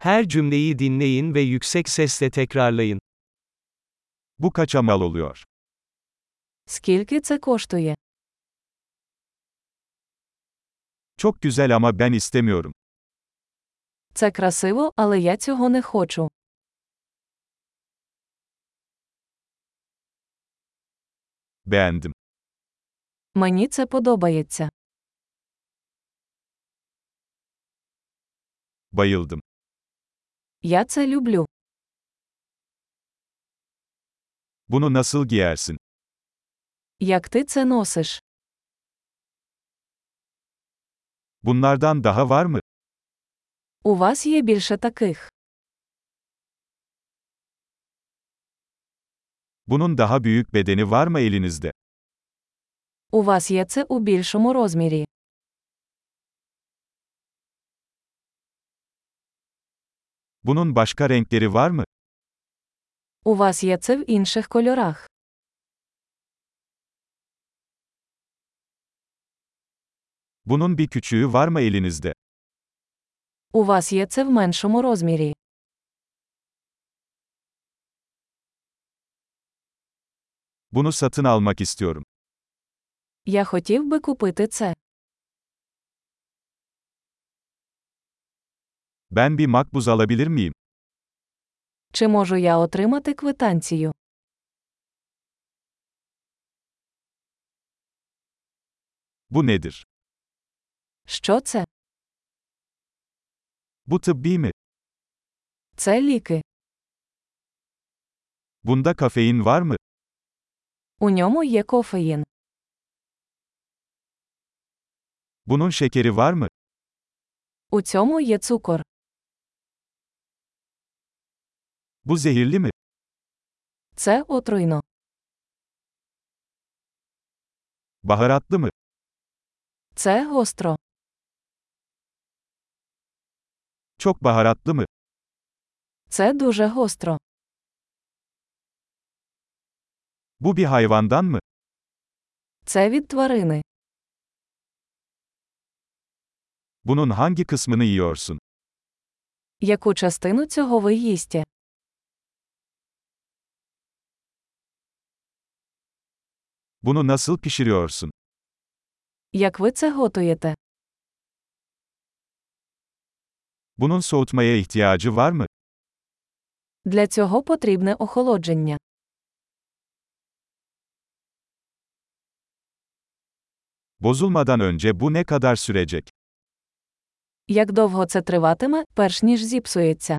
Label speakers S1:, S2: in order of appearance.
S1: Her cümleyi dinleyin ve yüksek sesle tekrarlayın.
S2: Bu kaça mal oluyor?
S3: Скільки це коштує?
S2: Çok güzel ama ben istemiyorum.
S3: Це красиво, але я цього не хочу.
S2: Beğendim.
S3: Мені це подобається.
S2: Bayıldım.
S3: Я це люблю.
S2: Bunu nasıl giyersin?
S3: Як ти це носиш?
S2: Bunlardan daha var mı?
S3: У вас є більше таких.
S2: Bunun daha büyük bedeni var mı elinizde?
S3: У вас є це у більшому розмірі.
S2: Bunun başka renkleri var mı?
S3: У вас є це в інших кольорах.
S2: Bunun bir küçüğü var mı elinizde?
S3: У вас є це в меншому розмірі.
S2: Bunu satın almak istiyorum.
S3: Я хотів би купити це.
S2: Ben bir makbuz alabilir miyim?
S3: Чи можу я отримати квитанцію?
S2: Bu nedir?
S3: Що це?
S2: Bu tıbbi mi?
S3: Це ліки.
S2: Bunda kafein var mı?
S3: У ньому є кофеїн.
S2: Bunun şekeri var mı?
S3: У цьому є цукор.
S2: Bu zehirli mi?
S3: Це отруйно.
S2: Baharatlı mı?
S3: Це гостро.
S2: Çok baharatlı mı?
S3: Це дуже гостро.
S2: Bu bir hayvandan mı?
S3: Це від тварини.
S2: Bunun hangi kısmını yiyorsun?
S3: Яку частину цього ви їсте?
S2: Bunu nasıl pişiriyorsun?
S3: Як ви це готуєте?
S2: Bunun soğutmaya ihtiyacı var mı?
S3: Для цього потрібне охолодження.
S2: Bozulmadan önce bu ne kadar sürecek?
S3: Як довго це триватиме, перш ніж зіпсується?